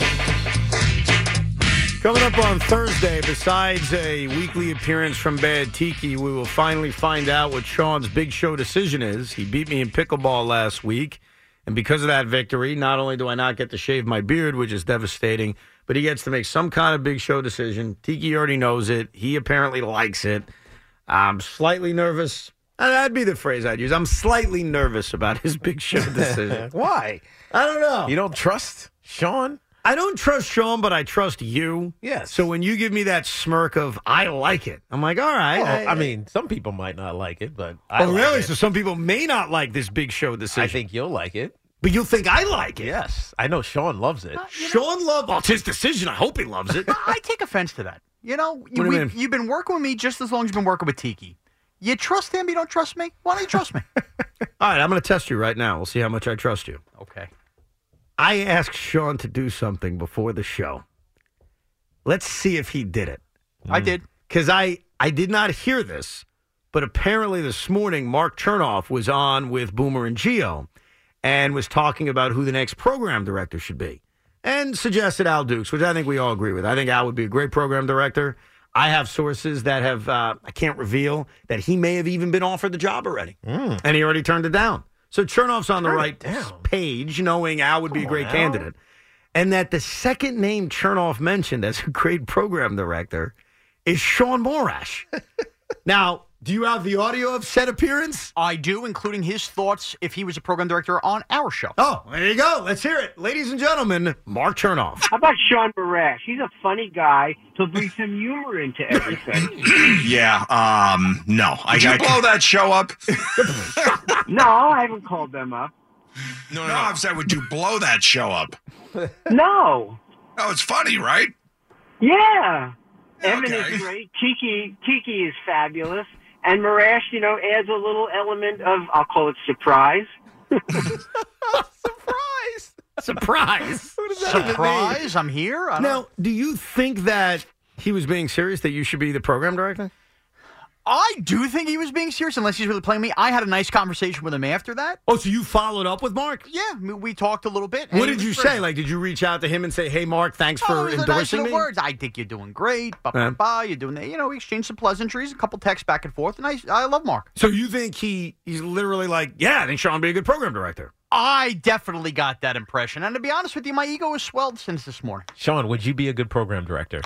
Coming up on Thursday, besides a weekly appearance from Bad Tiki, we will finally find out what Sean's big show decision is. He beat me in pickleball last week. And because of that victory, not only do I not get to shave my beard, which is devastating, but he gets to make some kind of big show decision. Tiki already knows it. He apparently likes it. I'm slightly nervous. Uh, That'd be the phrase I'd use. I'm slightly
[LAUGHS]
nervous about his big show decision.
Why?
I don't know.
You don't trust Sean?
I don't trust Sean, but I trust you. Yes. So when you give me that smirk of I like it, I'm like, all right.
Well, I mean, some people might not like it, but I
oh
like
really?
it.
So some people may not like this big show decision. I
think you'll like it,
but you'll think I like it.
Yes, I know Sean loves it.
Sean loves well, it's his decision. I hope he loves it.
Uh, [LAUGHS] I take offense to that. You know,
do
you,
you
we,
mean?
you've been working with me just as long as you've been working with Tiki. You trust him, you don't trust me. Why don't
[LAUGHS]
you trust me?
All right, I'm going to test you right now. We'll see how much I trust you.
okay.
I asked Sean to do something before the show. Let's see if he did it.
I did.
Because I, I did not hear this, but apparently this morning, Mark Chernoff was on with Boomer and Geo and was talking about who the next program director should be and suggested Al Dukes, which I think we all agree with. I think Al would be a great program director. I have sources that have, uh, I can't reveal, that he may have even been offered the job already.
Hmm.
And he already turned it down. So Chernoff's on the right page, knowing Al would be a
Come on,
great
Al.
candidate. And that the second name Chernoff mentioned as a great program director is Sean
[LAUGHS]
Morash. now, do you have the audio of said appearance?
I do, including his thoughts if he was a program director on our show.
Oh, there you go. Let's hear it. Ladies and gentlemen, Mark Chernoff.
How about Sean Barash? He's a funny guy. He'll bring some humor into everything.
[LAUGHS] Yeah. Um. No. I
Did you
got
blow
that show up.
no, I haven't called them up.
[LAUGHS] No, no, no. I've said, would you blow that show up?
No.
No, it's funny, right?
Yeah. Evan
Okay.
is great. Tiki Tiki is fabulous. And Marash, you know, adds a little element of I'll call it
[LAUGHS]
surprise.
Surprise.
Surprise, I'm here. I don't-
Now, do you think that he was being serious that you should be the program director?
I do think he was being serious, unless he's really playing me. I had a nice conversation with him after that.
Oh, so you followed up with Mark?
Yeah, we- we talked a little bit. and
What
he
did
was
you
great.
say? Like, did you reach out to him and say, "Hey, Mark, thanks
Oh,
for
those are nice
endorsing
little
me"?
words. I think you're doing great. Ba
Yeah.
ba ba. You're doing that. You know, we exchanged some pleasantries, a couple texts back and forth, and I I love Mark.
So you think he he's literally like, "Yeah, I think Sean would be a good program director."
I definitely got that impression, and to be honest with you, my ego has swelled since this morning.
Sean, would you be a good program director?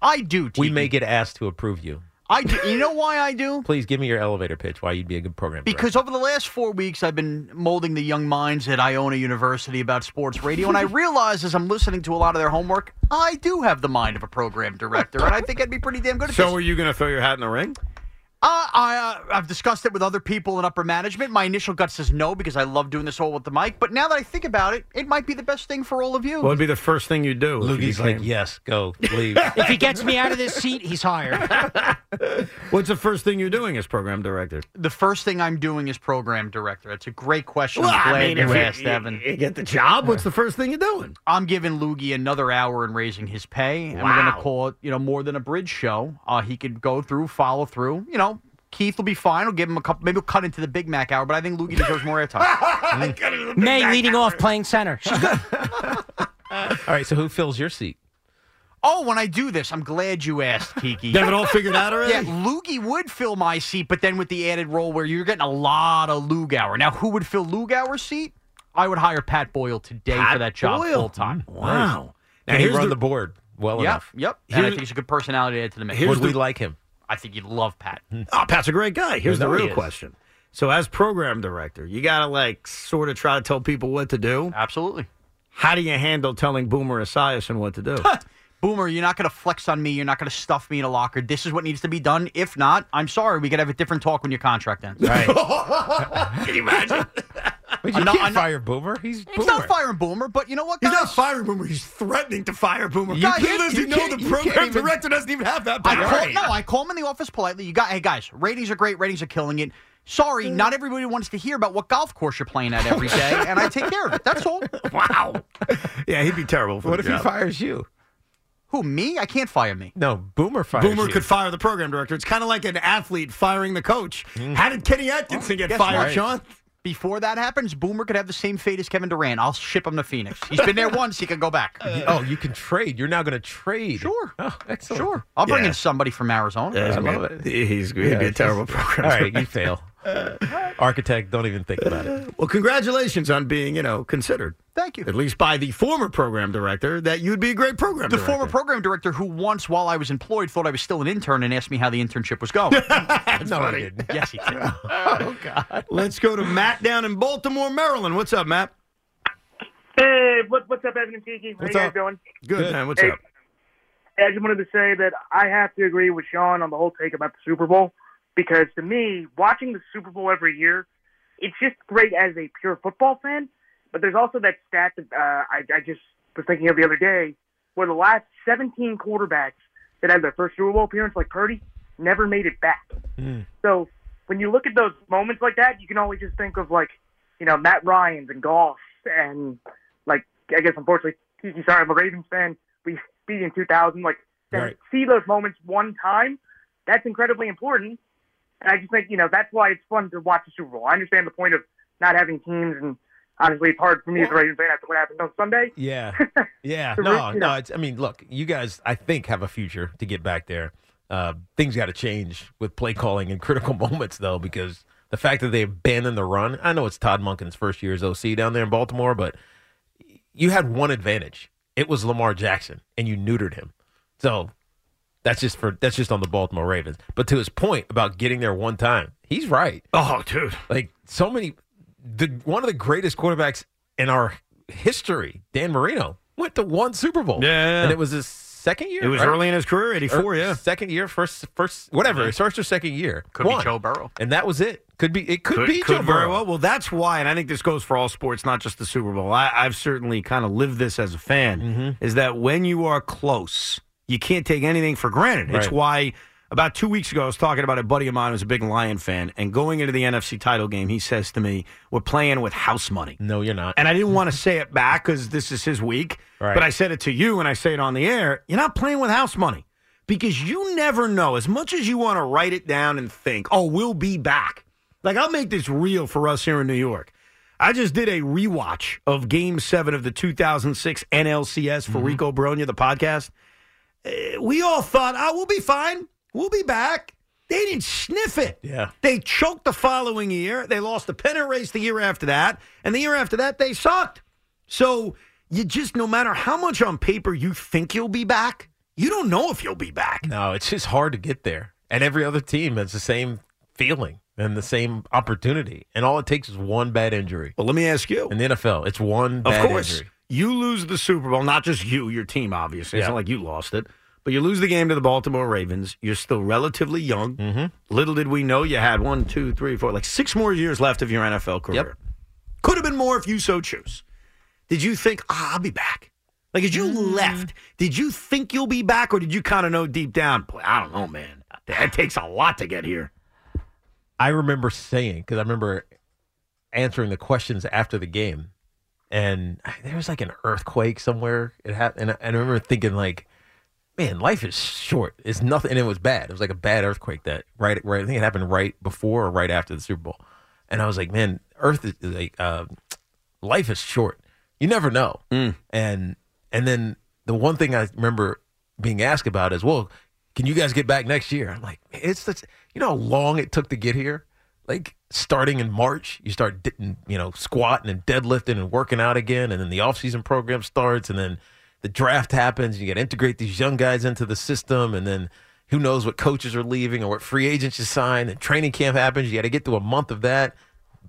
I do. Tiki.
We may get asked to approve you.
I do. You know why I do?
[LAUGHS] Please give me your elevator pitch why you'd be a good program director.
Because over the last four weeks, I've been molding the young minds at Iona University about sports
[LAUGHS]
radio, and I realize as I'm listening to a lot of their homework, I do have the mind of a program director, and I think I'd be pretty damn good at
So
this.
are you going to throw your hat in the ring?
Uh, I, uh, I've discussed it with other people in upper management. My initial gut says no because I love doing this all with the mic, but now that I think about it, it might be the best thing for all of you.
What would be the first thing you do?
Loogie's like, yes,
[LAUGHS]
go, leave.
if he gets me out of this seat, he's hired.
What's the first thing you're doing as program director?
The first thing I'm doing is program director. It's a great question.
Well,
I'm
I
glad
mean, if
you
you-
asked, Evan.
you get the job, what's the first thing you're doing?
I'm giving Loogie another hour and raising his pay, and we're going
Wow.
to call it, you know, more than a bridge show. Uh, he could go through, follow through. You know, Keith will be fine. We'll give him a couple. Maybe we'll cut into the Big Mac hour, but I think Loogie deserves more
[LAUGHS]
airtime.
May leading off playing center. She's good.
All right, so who fills your seat?
Oh, when I do this, I'm glad you asked, Kiki.
You have it all figured out already?
[LAUGHS] Yeah, Loogie would fill my seat, but then with the added role where you're getting a lot of Lugauer. Now, who would fill Lugauer's seat? I would hire Pat Boyle today for that job
Boyle?
full time.
Wow. Now,
Now he
here's
run
the-
the, board well
Yep,
enough.
yep. And I
Here's-
think he's a good personality to add to the mix.
Would we like him?
I think you'd
[LAUGHS]
love Pat.
Oh, Pat's a great guy. Here's
No,
the
he
real
is.
question. So, as program director, you got to like sort of try to tell people what to do.
Absolutely.
How do you handle telling Boomer Esiason what to do?
[LAUGHS] Boomer, you're not going to flex on me. You're not going to stuff me in a locker. This is what needs to be done. If not, I'm sorry. We could have a different talk when your contract ends.
[LAUGHS]
[LAUGHS] Can you imagine?
Wait, you
I know- I
can't
know-
fire Boomer. He's
[LAUGHS] He's
Boomer.
not firing Boomer, but you know what,
He's
guys?
not firing Boomer. He's threatening to fire Boomer.
You
God,
can't-
does he
you
know
can't-
the
you
program
can't even-
director doesn't even have that
I
power?
call, no, I call him in the office politely. You got, hey guys, ratings are great. Ratings are killing it. Sorry, not everybody wants to hear about what golf course you're playing at every day, and I take care of it. That's all.
Wow. Yeah, he'd be terrible. For
What
the
if
job.
he fires you?
Who me? I can't fire me.
No, Boomer fires
Boomer
you.
could fire the program director. It's kind of like an athlete firing the coach. How did Kenny Atkinson get fired,
what?
Sean?
Before that happens, Boomer could have the same fate as Kevin Durant. I'll ship him to Phoenix. He's been
[LAUGHS]
there once. He can go back.
oh, you can trade. You're now going to trade.
Sure.
Oh, excellent.
Sure, I'll bring
Yeah.
in somebody from Arizona.
I love it.
He's, he'd
Yeah,
be a
it's
terrible
just-
program
All right,
director.
you fail. [LAUGHS] Architect, don't even think about it.
Well, congratulations on being, you know, considered.
Thank you.
At least by the former
[LAUGHS]
program director, that you'd be a great program
The
director.
former program director who once, while I was employed, thought I was still an intern and asked me how the internship was
[LAUGHS]
going.
no, I didn't.
yes, he did. [LAUGHS] Oh,
Let's go to Matt down in Baltimore, Maryland. What's up, Matt?
Hey, Hey, what, what's up, Evan and Tiki? How
What's
you guys
up?
doing?
Good, man. What's
Hey,
up?
I just wanted to say that I have to agree with Sean on the whole take about the Super Bowl because to me, watching the Super Bowl every year, it's just great as a pure football fan. But there's also that stat that uh, I, I just was thinking of the other day, where the last 17 quarterbacks that had their first Super Bowl appearance, like Purdy, never made it back.
Hmm.
So when you look at those moments like that, you can only just think of like, you know, Matt Ryan's and golf and like I guess unfortunately, Tiki, sorry, I'm a Ravens fan. We beat in 2000. Like to
Right.
see those moments one time, that's incredibly important. And I just think you know that's why it's fun to watch the Super Bowl. I understand the point of not having teams, and honestly, it's hard for me as a Ravens fan after what happened on Sunday. [LAUGHS]
Yeah. Yeah.
The
No,
root- you
no.
know.
It's, I mean, look, you guys, I think, have a future to get back there. Uh, things got to change with play calling and critical [LAUGHS] moments, though, because the fact that they abandoned the run, I know it's Todd Munkin's first year as OC down there in Baltimore, but you had one advantage. It was Lamar Jackson, and you neutered him. So that's just for that's just on the Baltimore Ravens. But to his point about getting there one time, he's right.
Oh, dude,
like so many, the one of the greatest quarterbacks in our history, Dan Marino, went to one Super Bowl.
Yeah.
and it was his second year.
It was
right?
early in his career, 84,
Or
yeah.
second year, first, first, whatever, his first or second year.
Could be
Won.
Joe Burrow.
and that was it. Could be it. Could, be Joe
very
Burrow.
well. Well, that's why, and I think this goes for all sports, not just the Super Bowl. I, I've certainly kind of lived this as a fan.
Mm-hmm.
Is that when you are close, you can't take anything for granted. It's
Right.
why about two weeks ago I was talking about a buddy of mine who's a big Lion fan, and going into the NFC title game, he says to me, "We're playing with house money."
No, you're not.
And I didn't want to say it back because this is his week.
Right.
But I said it to you, and I say it on the air. You're not playing with house money. Because you never know, as much as you want to write it down and think, oh, we'll be back. Like, I'll make this real for us here in New York. I just did a rewatch of game seven of the 2006 NLCS
Mm-hmm.
for Rico Bronya, the podcast. Eh, We all thought, oh, we'll be fine. We'll be back. They didn't sniff it.
Yeah.
They choked the following year. They lost the pennant race the year after that. And the year after that, they sucked. So you just, no matter how much on paper you think you'll be back, you don't know if you'll be back.
No, it's just hard to get there. And every other team has the same feeling and the same opportunity. And all it takes is one bad injury.
Well, let me ask you.
In the NFL, it's one
Of
bad
course.
injury.
You lose the Super Bowl, not just you, your team, obviously. It's
Yeah.
not like you lost it. But you lose the game to the Baltimore Ravens. You're still relatively young.
Mm-hmm.
Little did we know you had one, two, three, four, like six more years left of your NFL career. Could have been more if you so choose. Did you think, ah, I'll be back? Like, as you left, did you think you'll be back, or did you kind of know deep down, boy, I don't know, man. That takes a lot to get here.
I remember saying because I remember answering the questions after the game, and there was like an earthquake somewhere. It happened, and I, and I remember thinking like, "Man, life is short. It's nothing." And it was bad. It was like a bad earthquake that right, right. I think it happened right before or right after the Super Bowl, and I was like, "Man, Earth is is like uh, life is short. You never know." And and then the one thing I remember being asked about is, "Well, can you guys get back next year?" I'm like, "It's such, you know how long it took to get here. Like starting in March, you start di- you know squatting and deadlifting and working out again, and then the offseason program starts, and then the draft happens. And you got to integrate these young guys into the system, and then." Who knows what coaches are leaving or what free agents you sign? And training camp happens. You got to get through a month of that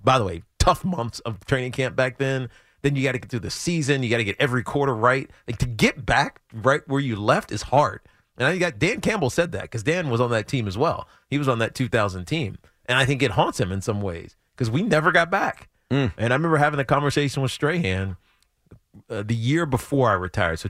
by the way, tough months of training camp back then. Then you got to get through the season. You got to get every quarter right. Like to get back right where you left is hard. And I got Dan Campbell said that because Dan was on that team as well. He was on that 2000 team, and I think it haunts him in some ways because we never got back. And I remember having a conversation with Strahan uh, the year before I retired, so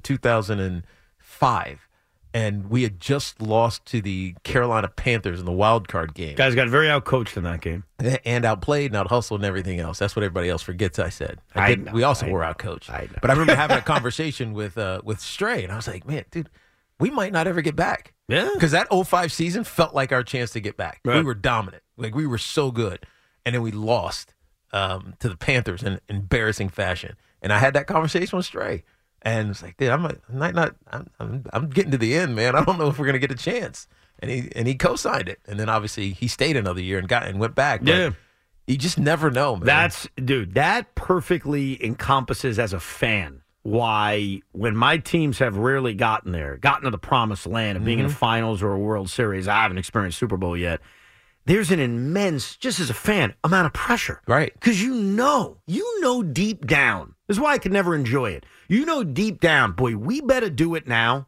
2005, and we had just lost to the Carolina Panthers in the wild card game
Guys got very outcoached in that game.
[LAUGHS] and outplayed and out hustled and everything else. That's what everybody else forgets. I said. I,
I
didn't-
know,
we also
I
were
know,
out coached. But I remember
[LAUGHS]
having a conversation with uh, with Stray, and I was like, man, dude, we might not ever get back.
Yeah.
Because that 05 season felt like our chance to get back. We were dominant. Like we were so good, and then we lost um, to the Panthers in embarrassing fashion. And I had that conversation with Stray. And it's like, dude, I'm a, I might not, I'm, I'm, I'm getting to the end, man. [LAUGHS] I don't know if we're gonna get a chance. And he and he co-signed it. And then obviously he stayed another year and got and went back. But
Yeah.
you just never know, man.
That's dude, that perfectly encompasses as a fan why when my teams have rarely gotten there, gotten to the promised land of being in a
Mhm.
finals or a World Series, I haven't experienced Super Bowl yet. There's an immense, just as a fan, amount of pressure.
Right.
Because you know, you know deep down This is why I could never enjoy it. You know, deep down, boy, we better do it now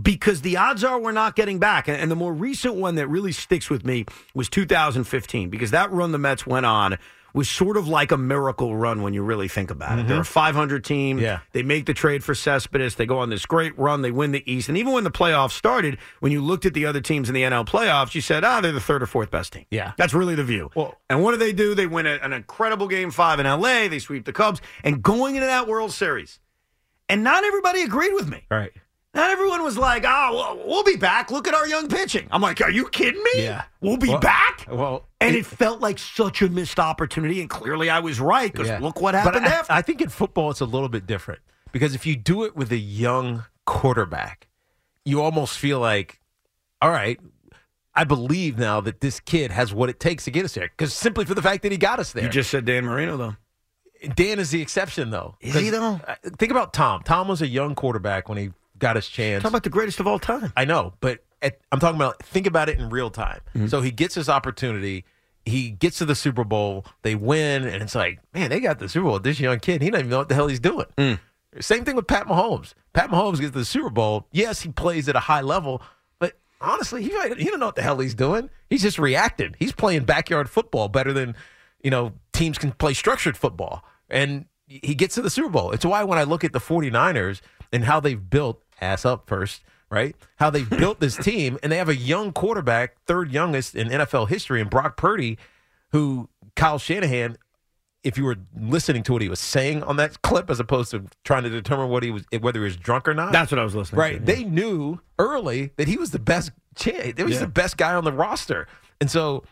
because the odds are we're not getting back. And, and the more recent one that really sticks with me was 2015 because that run the Mets went on was sort of like a miracle run when you really think about it. They're a 500 team. Yeah. They make the trade for Cespedes. They go on this great run. They win the East. And even when the playoffs started, when you looked at the other teams in the NL playoffs, you said, ah, they're the third or fourth best team.
Yeah.
That's really the view. and what do they do? They win a- an incredible game five in LA. They sweep the Cubs. And going into that World Series, and not everybody agreed with me.
Right.
Not everyone was like, ah, we'll, we'll be back. Look at our young pitching. I'm like, are you kidding me?
Yeah.
We'll be
Well-
back?
Well,
And it, felt like such a missed opportunity, and clearly I was right because
Yeah.
look what
But
happened
I,
after.
I think in football it's a little bit different because if you do it with a young quarterback, you almost feel like, all right, I believe now that this kid has what it takes to get us there because simply for the fact that he got us there.
You just said Dan Marino, though.
Dan is the exception, though.
Is
'Cause,
he, though?
uh, Think about Tom. Tom was a young quarterback when he got his chance.
Talk about the greatest of all time.
I know, but at, I'm talking about think about it in real time.
Mm-hmm.
So he gets his opportunity. He gets to the Super Bowl. They win, and it's like, man, they got the Super Bowl. This young kid, he doesn't even know what the hell he's doing.
Mm.
Same thing with Pat Mahomes. Pat Mahomes gets to the Super Bowl. Yes, he plays at a high level, but honestly, he might- he don't know what the hell he's doing. He's just reacting. He's playing backyard football better than you know teams can play structured football. And he gets to the Super Bowl. It's why when I look at the 49ers and how they've built ass up first, right? How
[LAUGHS]
they've built this team and they have a young quarterback, third youngest in NFL history, and Brock Purdy, who Kyle Shanahan if you were listening to what he was saying on that clip as opposed to trying to determine what he was whether he was drunk or not.
That's what I was listening
Right.
to,
They knew early that he was the best chance. He was
Yeah.
the best guy on the roster. And so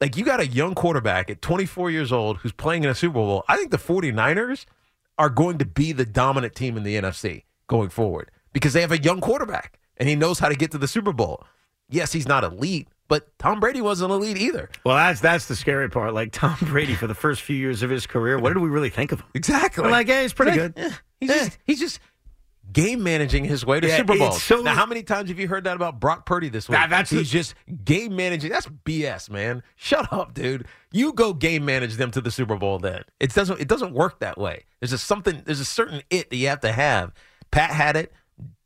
like you got a young quarterback at 24 years old who's playing in a Super Bowl. I think the 49ers are going to be the dominant team in the NFC going forward because they have a young quarterback and he knows how to get to the Super Bowl. Yes, he's not elite, but Tom Brady wasn't elite either.
Well, that's that's the scary part. Like Tom Brady for the first few years of his career, what did we really think of him?
Exactly.
We're like, yeah, he's pretty
Like,
good.
eh, He's just he's just game managing his way to
Yeah,
Super Bowl.
it's so-
now, how many times have you heard that about Brock Purdy this week?
Nah, that's
he's
the-
just game managing. That's BS, man. Shut up, dude. You go game manage them to the Super Bowl. Then it doesn't it doesn't work that way. There's just something. There's a certain it that you have to have. Pat had it.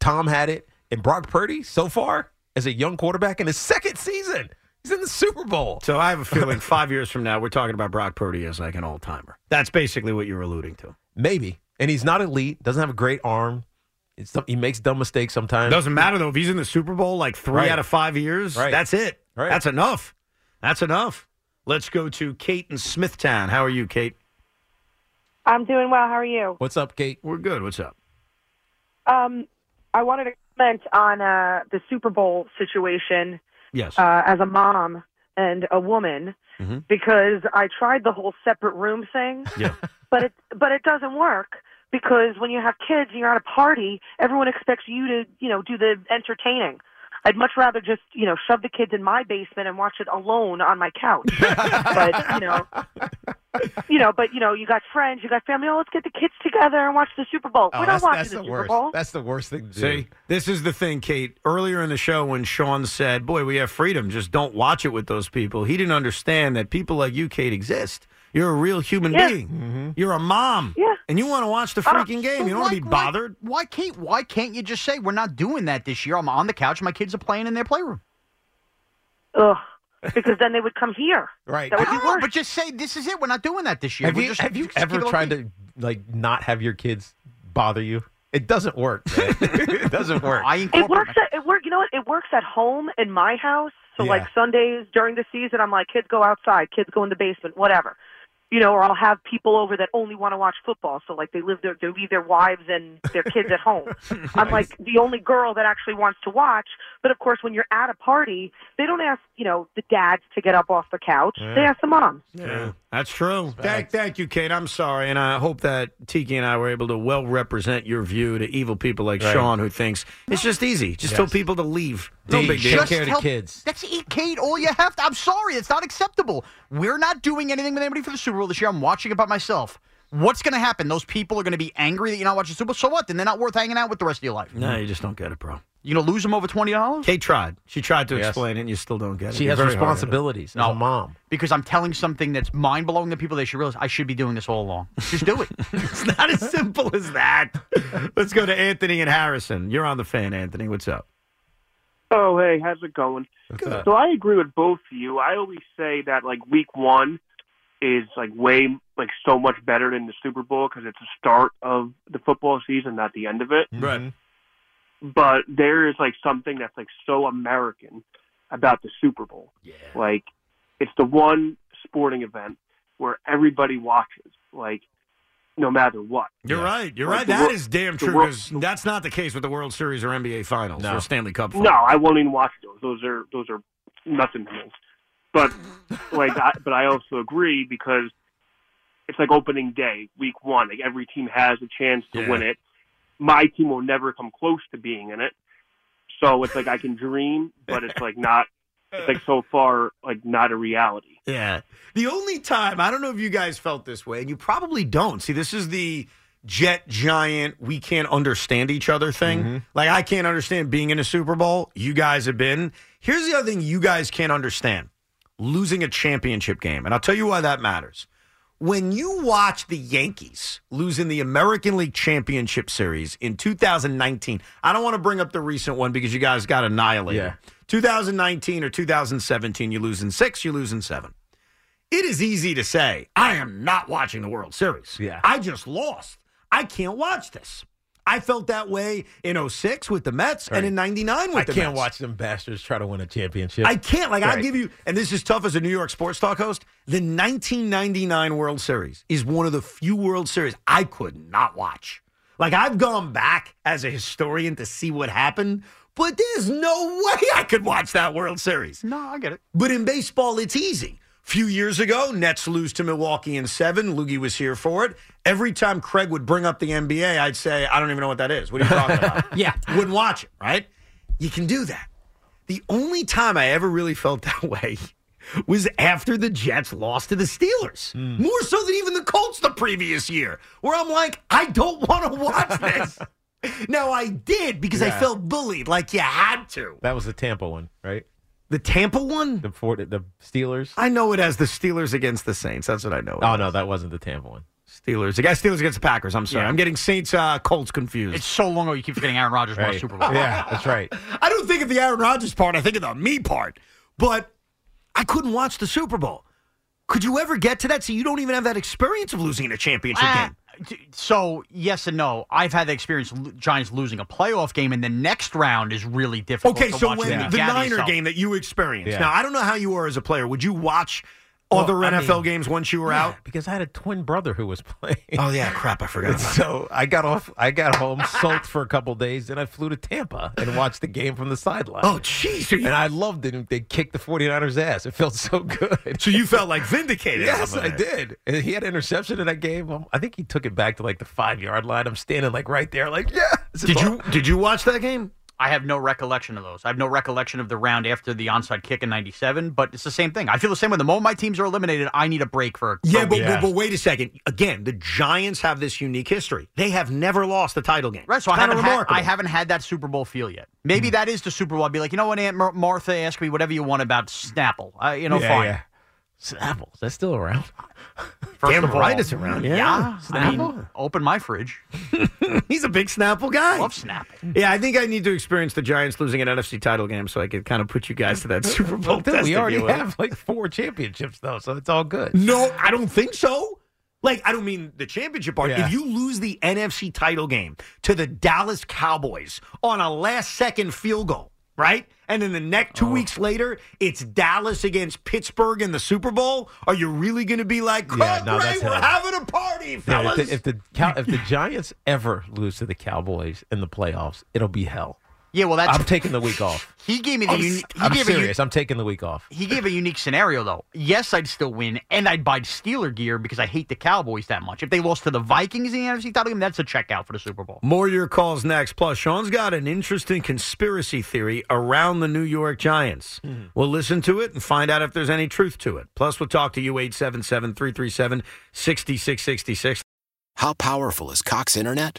Tom had it. And Brock Purdy so far as a young quarterback in his second season, he's in the Super Bowl.
So I have
[LAUGHS]
a feeling five years from now, we're talking about Brock Purdy as like an old timer. That's basically what you're alluding to.
Maybe. And he's not elite. Doesn't have a great arm. It's, he makes dumb mistakes sometimes.
Doesn't matter though if he's in the Super Bowl like three
Right.
out of five years.
Right.
That's it.
Right.
That's enough. That's enough. Let's go to Kate in Smithtown. How are you, Kate?
I'm doing well. How are you?
What's up, Kate?
We're good. What's up?
Um, I wanted to comment on uh, the Super Bowl situation
Yes.
uh, as a mom and a woman
Mhm.
because I tried the whole separate room thing,
Yeah.
but it but it doesn't work because when you have kids and you're at a party, everyone expects you to you know do the entertaining. I'd much rather just you know shove the kids in my basement and watch it alone on my
[LAUGHS]
couch. but you know, you know, but you know, you got friends, you got family. Oh, let's get the kids together and watch the Super Bowl.
Oh,
We're
that's,
not watching
that's
the, Super
worst.
Bowl.
That's the worst thing to do.
See, this is the thing, Kate. Earlier in the show, when Sean said, Boy, we have freedom, just don't watch it with those people, he didn't understand that people like you, Kate, exist. You're a real human
Yeah.
being. You're a mom. Yeah. And you want to watch the
Uh,
freaking game. You don't want to be bothered.
Why, can't Why can't you just say we're not doing that this year? I'm on the couch. My kids are playing in their playroom.
Ugh. Because then they would come here.
Right.
That would be
No,
worse.
But just say this is it. We're not doing that this year.
Have
We're
you,
just-
have you
just keep
ever
it low-key.
tried to like not have your kids bother you? It doesn't work.
[LAUGHS]
man. it doesn't work. I
It works. At, it work. You know what? It works at home in my house. So
Yeah.
like Sundays during the season, I'm like, kids go outside, kids go in the basement, whatever. You know, or I'll have people over that only want to watch football. So like they live their they leave their wives and their kids at home. I'm like the only girl that actually wants to watch. But of course, when you're at a party, they don't ask you know the dads to get up off the couch.
Yeah.
They ask the moms.
Yeah, that's true. Thank, thank you, Kate. I'm sorry, and I hope that Tiki and I were able to well represent your view to evil people like
Right.
Sean, who thinks it's just easy. Just
Yes.
tell people to leave. No
They
big deal.
just Take care of the
help-
kids.
That's it, Kate. All you have to. I'm sorry. It's not acceptable. We're not doing anything with anybody for the Super Bowl this year. I'm watching it by myself. What's going to happen? Those people are going to be angry that you're not watching Super Bowl. So what? Then they're not worth hanging out with the rest of your life.
No, you just don't get it, bro.
You gonna lose them over twenty dollars?
Kate tried. She tried to explain it, and you still don't get it.
She
You're
has
very hard at it.
responsibilities
as a mom.
Because I'm telling something that's mind blowing to people. They should realize I should be doing this all along. Just do it.
it's not as simple as that. [LAUGHS] Let's go to Anthony and Harrison. You're on the fan, Anthony. What's up?
Oh, hey, how's it going?
up?
So I agree with both of you. I always say that like week one is like way like so much better than the Super Bowl because it's the start of the football season, not the end of it.
Mm-hmm.
Right.
But there is like something that's like so American about the Super Bowl. Yeah. Like it's the one sporting event where everybody watches, like no matter what.
You're right. You're
Like
right.
the
That
wor-
is damn
the
true
wor-
because that's not the case with the World Series or NBA Finals or Stanley Cup.
No, I won't even watch those. Those are those are nothing to me. But like, I, but I also agree because it's like opening day, week one. Like every team has a chance to
Yeah.
win it. My team will never come close to being in it. So it's like I can dream, but it's like not. It's like so far like not a reality.
Yeah. The only time, I don't know if you guys felt this way, and you probably don't. See, this is the jet giant, we can't understand each other thing. Like, I can't understand being in a Super Bowl. You guys have been. Here's the other thing you guys can't understand losing a championship game. And I'll tell you why that matters. When you watch the Yankees lose in the American League Championship Series in 2019, I don't want to bring up the recent one because you guys got annihilated. 2019 or 2017, you lose in six, you lose in seven it is easy to say, I am not watching the World Series. Yeah. I just lost. I can't watch this. I felt that way in 06 with the Mets and in 99 with
I
the
can't
Mets.
watch them bastards try to win a championship.
I can't. Like,
Right.
I'll give you, and this is tough as a New York sports talk host. The 1999 World Series is one of the few World Series I could not watch. Like, I've gone back as a historian to see what happened, but there's no [LAUGHS] way I could watch that World Series.
No, I get it.
But in baseball, it's easy. Few years ago, Nets lose to Milwaukee in seven. Loogie was here for it. Every time Craig would bring up the NBA, I'd say, I don't even know what that is. What are you talking about? yeah. Wouldn't watch it, right? You can do that. The only time I ever really felt [LAUGHS] that way was after the Jets lost to the Steelers, more so than even the Colts the previous year, where I'm like, I don't want to watch this. now, I did because I
Yeah.
felt bullied, like you had to.
That was the Tampa one, right?
The Tampa one?
The Ford, the Steelers.
I know it as the Steelers against the Saints. That's what I know.
Oh no, that wasn't the Tampa one.
Steelers. The guy Steelers against the Packers. I'm sorry.
Yeah.
I'm getting Saints uh, Colts confused.
It's so long ago you keep forgetting Aaron Rodgers won a
Right.
Super Bowl. [LAUGHS]
Yeah,
[LAUGHS] that's right.
[LAUGHS] I don't think of the Aaron Rodgers part. I think of the me part. But I couldn't watch the Super Bowl. Could you ever get to that? So you don't even have that experience of losing in a championship
Ah,
game.
d- So yes and no. I've had the experience of Giants losing a playoff game, and the next round is really difficult.
Okay,
to
so
watch
when
them
the
gather
Niner
yourself.
game that you experienced.
Yeah.
Now I don't know how you are as a player. Would you watch other
Well, I
NFL
mean-
games once you were
Yeah,
out?
because I had a twin brother who was playing.
Oh yeah, crap!
[LAUGHS]
I forgot.
And
About that.
so I got off. I got home, sulked for a couple days, then I flew to Tampa and watched the game from the sideline.
Oh, jeez!
And I loved it. They kicked the 49ers' ass. It felt so good.
So you felt like
[LAUGHS]
vindicated.
yes,
over
I
that.
did. And he had an interception in that game. Um, I think he took it back to like the five yard line. I'm standing like right there, like yeah.
Did you did you watch that game?
I have no recollection of those. I have no recollection of the round after the onside kick in '97. But it's the same thing. I feel the same way. The moment my teams are eliminated, I need a break for.
Yeah,
for a
but,
week.
but but wait a second. Again, the Giants have this unique history. They have never lost a title game.
Right, so I
Kinda
haven't, had,
remarkable. Hmm.
I haven't had that Super Bowl feel yet. Maybe that is the Super Bowl. I'd be like, you know what, Aunt Mar- Martha, ask me whatever you want about Snapple. I, you know,
Yeah,
fine.
yeah. Snapple, that's still [LAUGHS] around.
First
Damn
of all-
right it's around, yeah.
I mean,
Snapple.
open my fridge.
[LAUGHS] He's a big Snapple guy.
Love Snapple.
Yeah, I think I need to experience the Giants losing an NFC title game so I could kind of put you guys
[LAUGHS]
to that Super Bowl
Well, dude,
test.
we
if
already
you will.
have like four championships though, so it's all good.
No, I don't think so. Like, I don't mean the championship part.
Yeah.
If you lose the NFC title game to the Dallas Cowboys on a last second field goal, right? And then the next
Oh.
two weeks later, it's Dallas against Pittsburgh in the Super Bowl. Are you really going to be like,
Yeah,
"Oh,
no,
great,
that's
we're
hell.
having a party,
Yeah,
fellas?
if, the, if the Cow- if the Giants ever lose to the Cowboys in the playoffs, it'll be hell.
Yeah, well, that's
I'm taking the week [LAUGHS] off.
He gave me the.
I'm,
uni-
s-
he
I'm
gave a u-
serious. I'm taking the week off.
he gave a unique scenario though. Yes, I'd still win, and I'd buy Steeler gear because I hate the Cowboys that much. If they lost to the Vikings in the NFC title game, that's a checkout for the Super Bowl.
More your calls next. Plus, Sean's got an interesting conspiracy theory around the New York Giants. We'll listen to it and find out if there's any truth to it. Plus, we'll talk to you 877 337 6666.
How powerful is Cox Internet?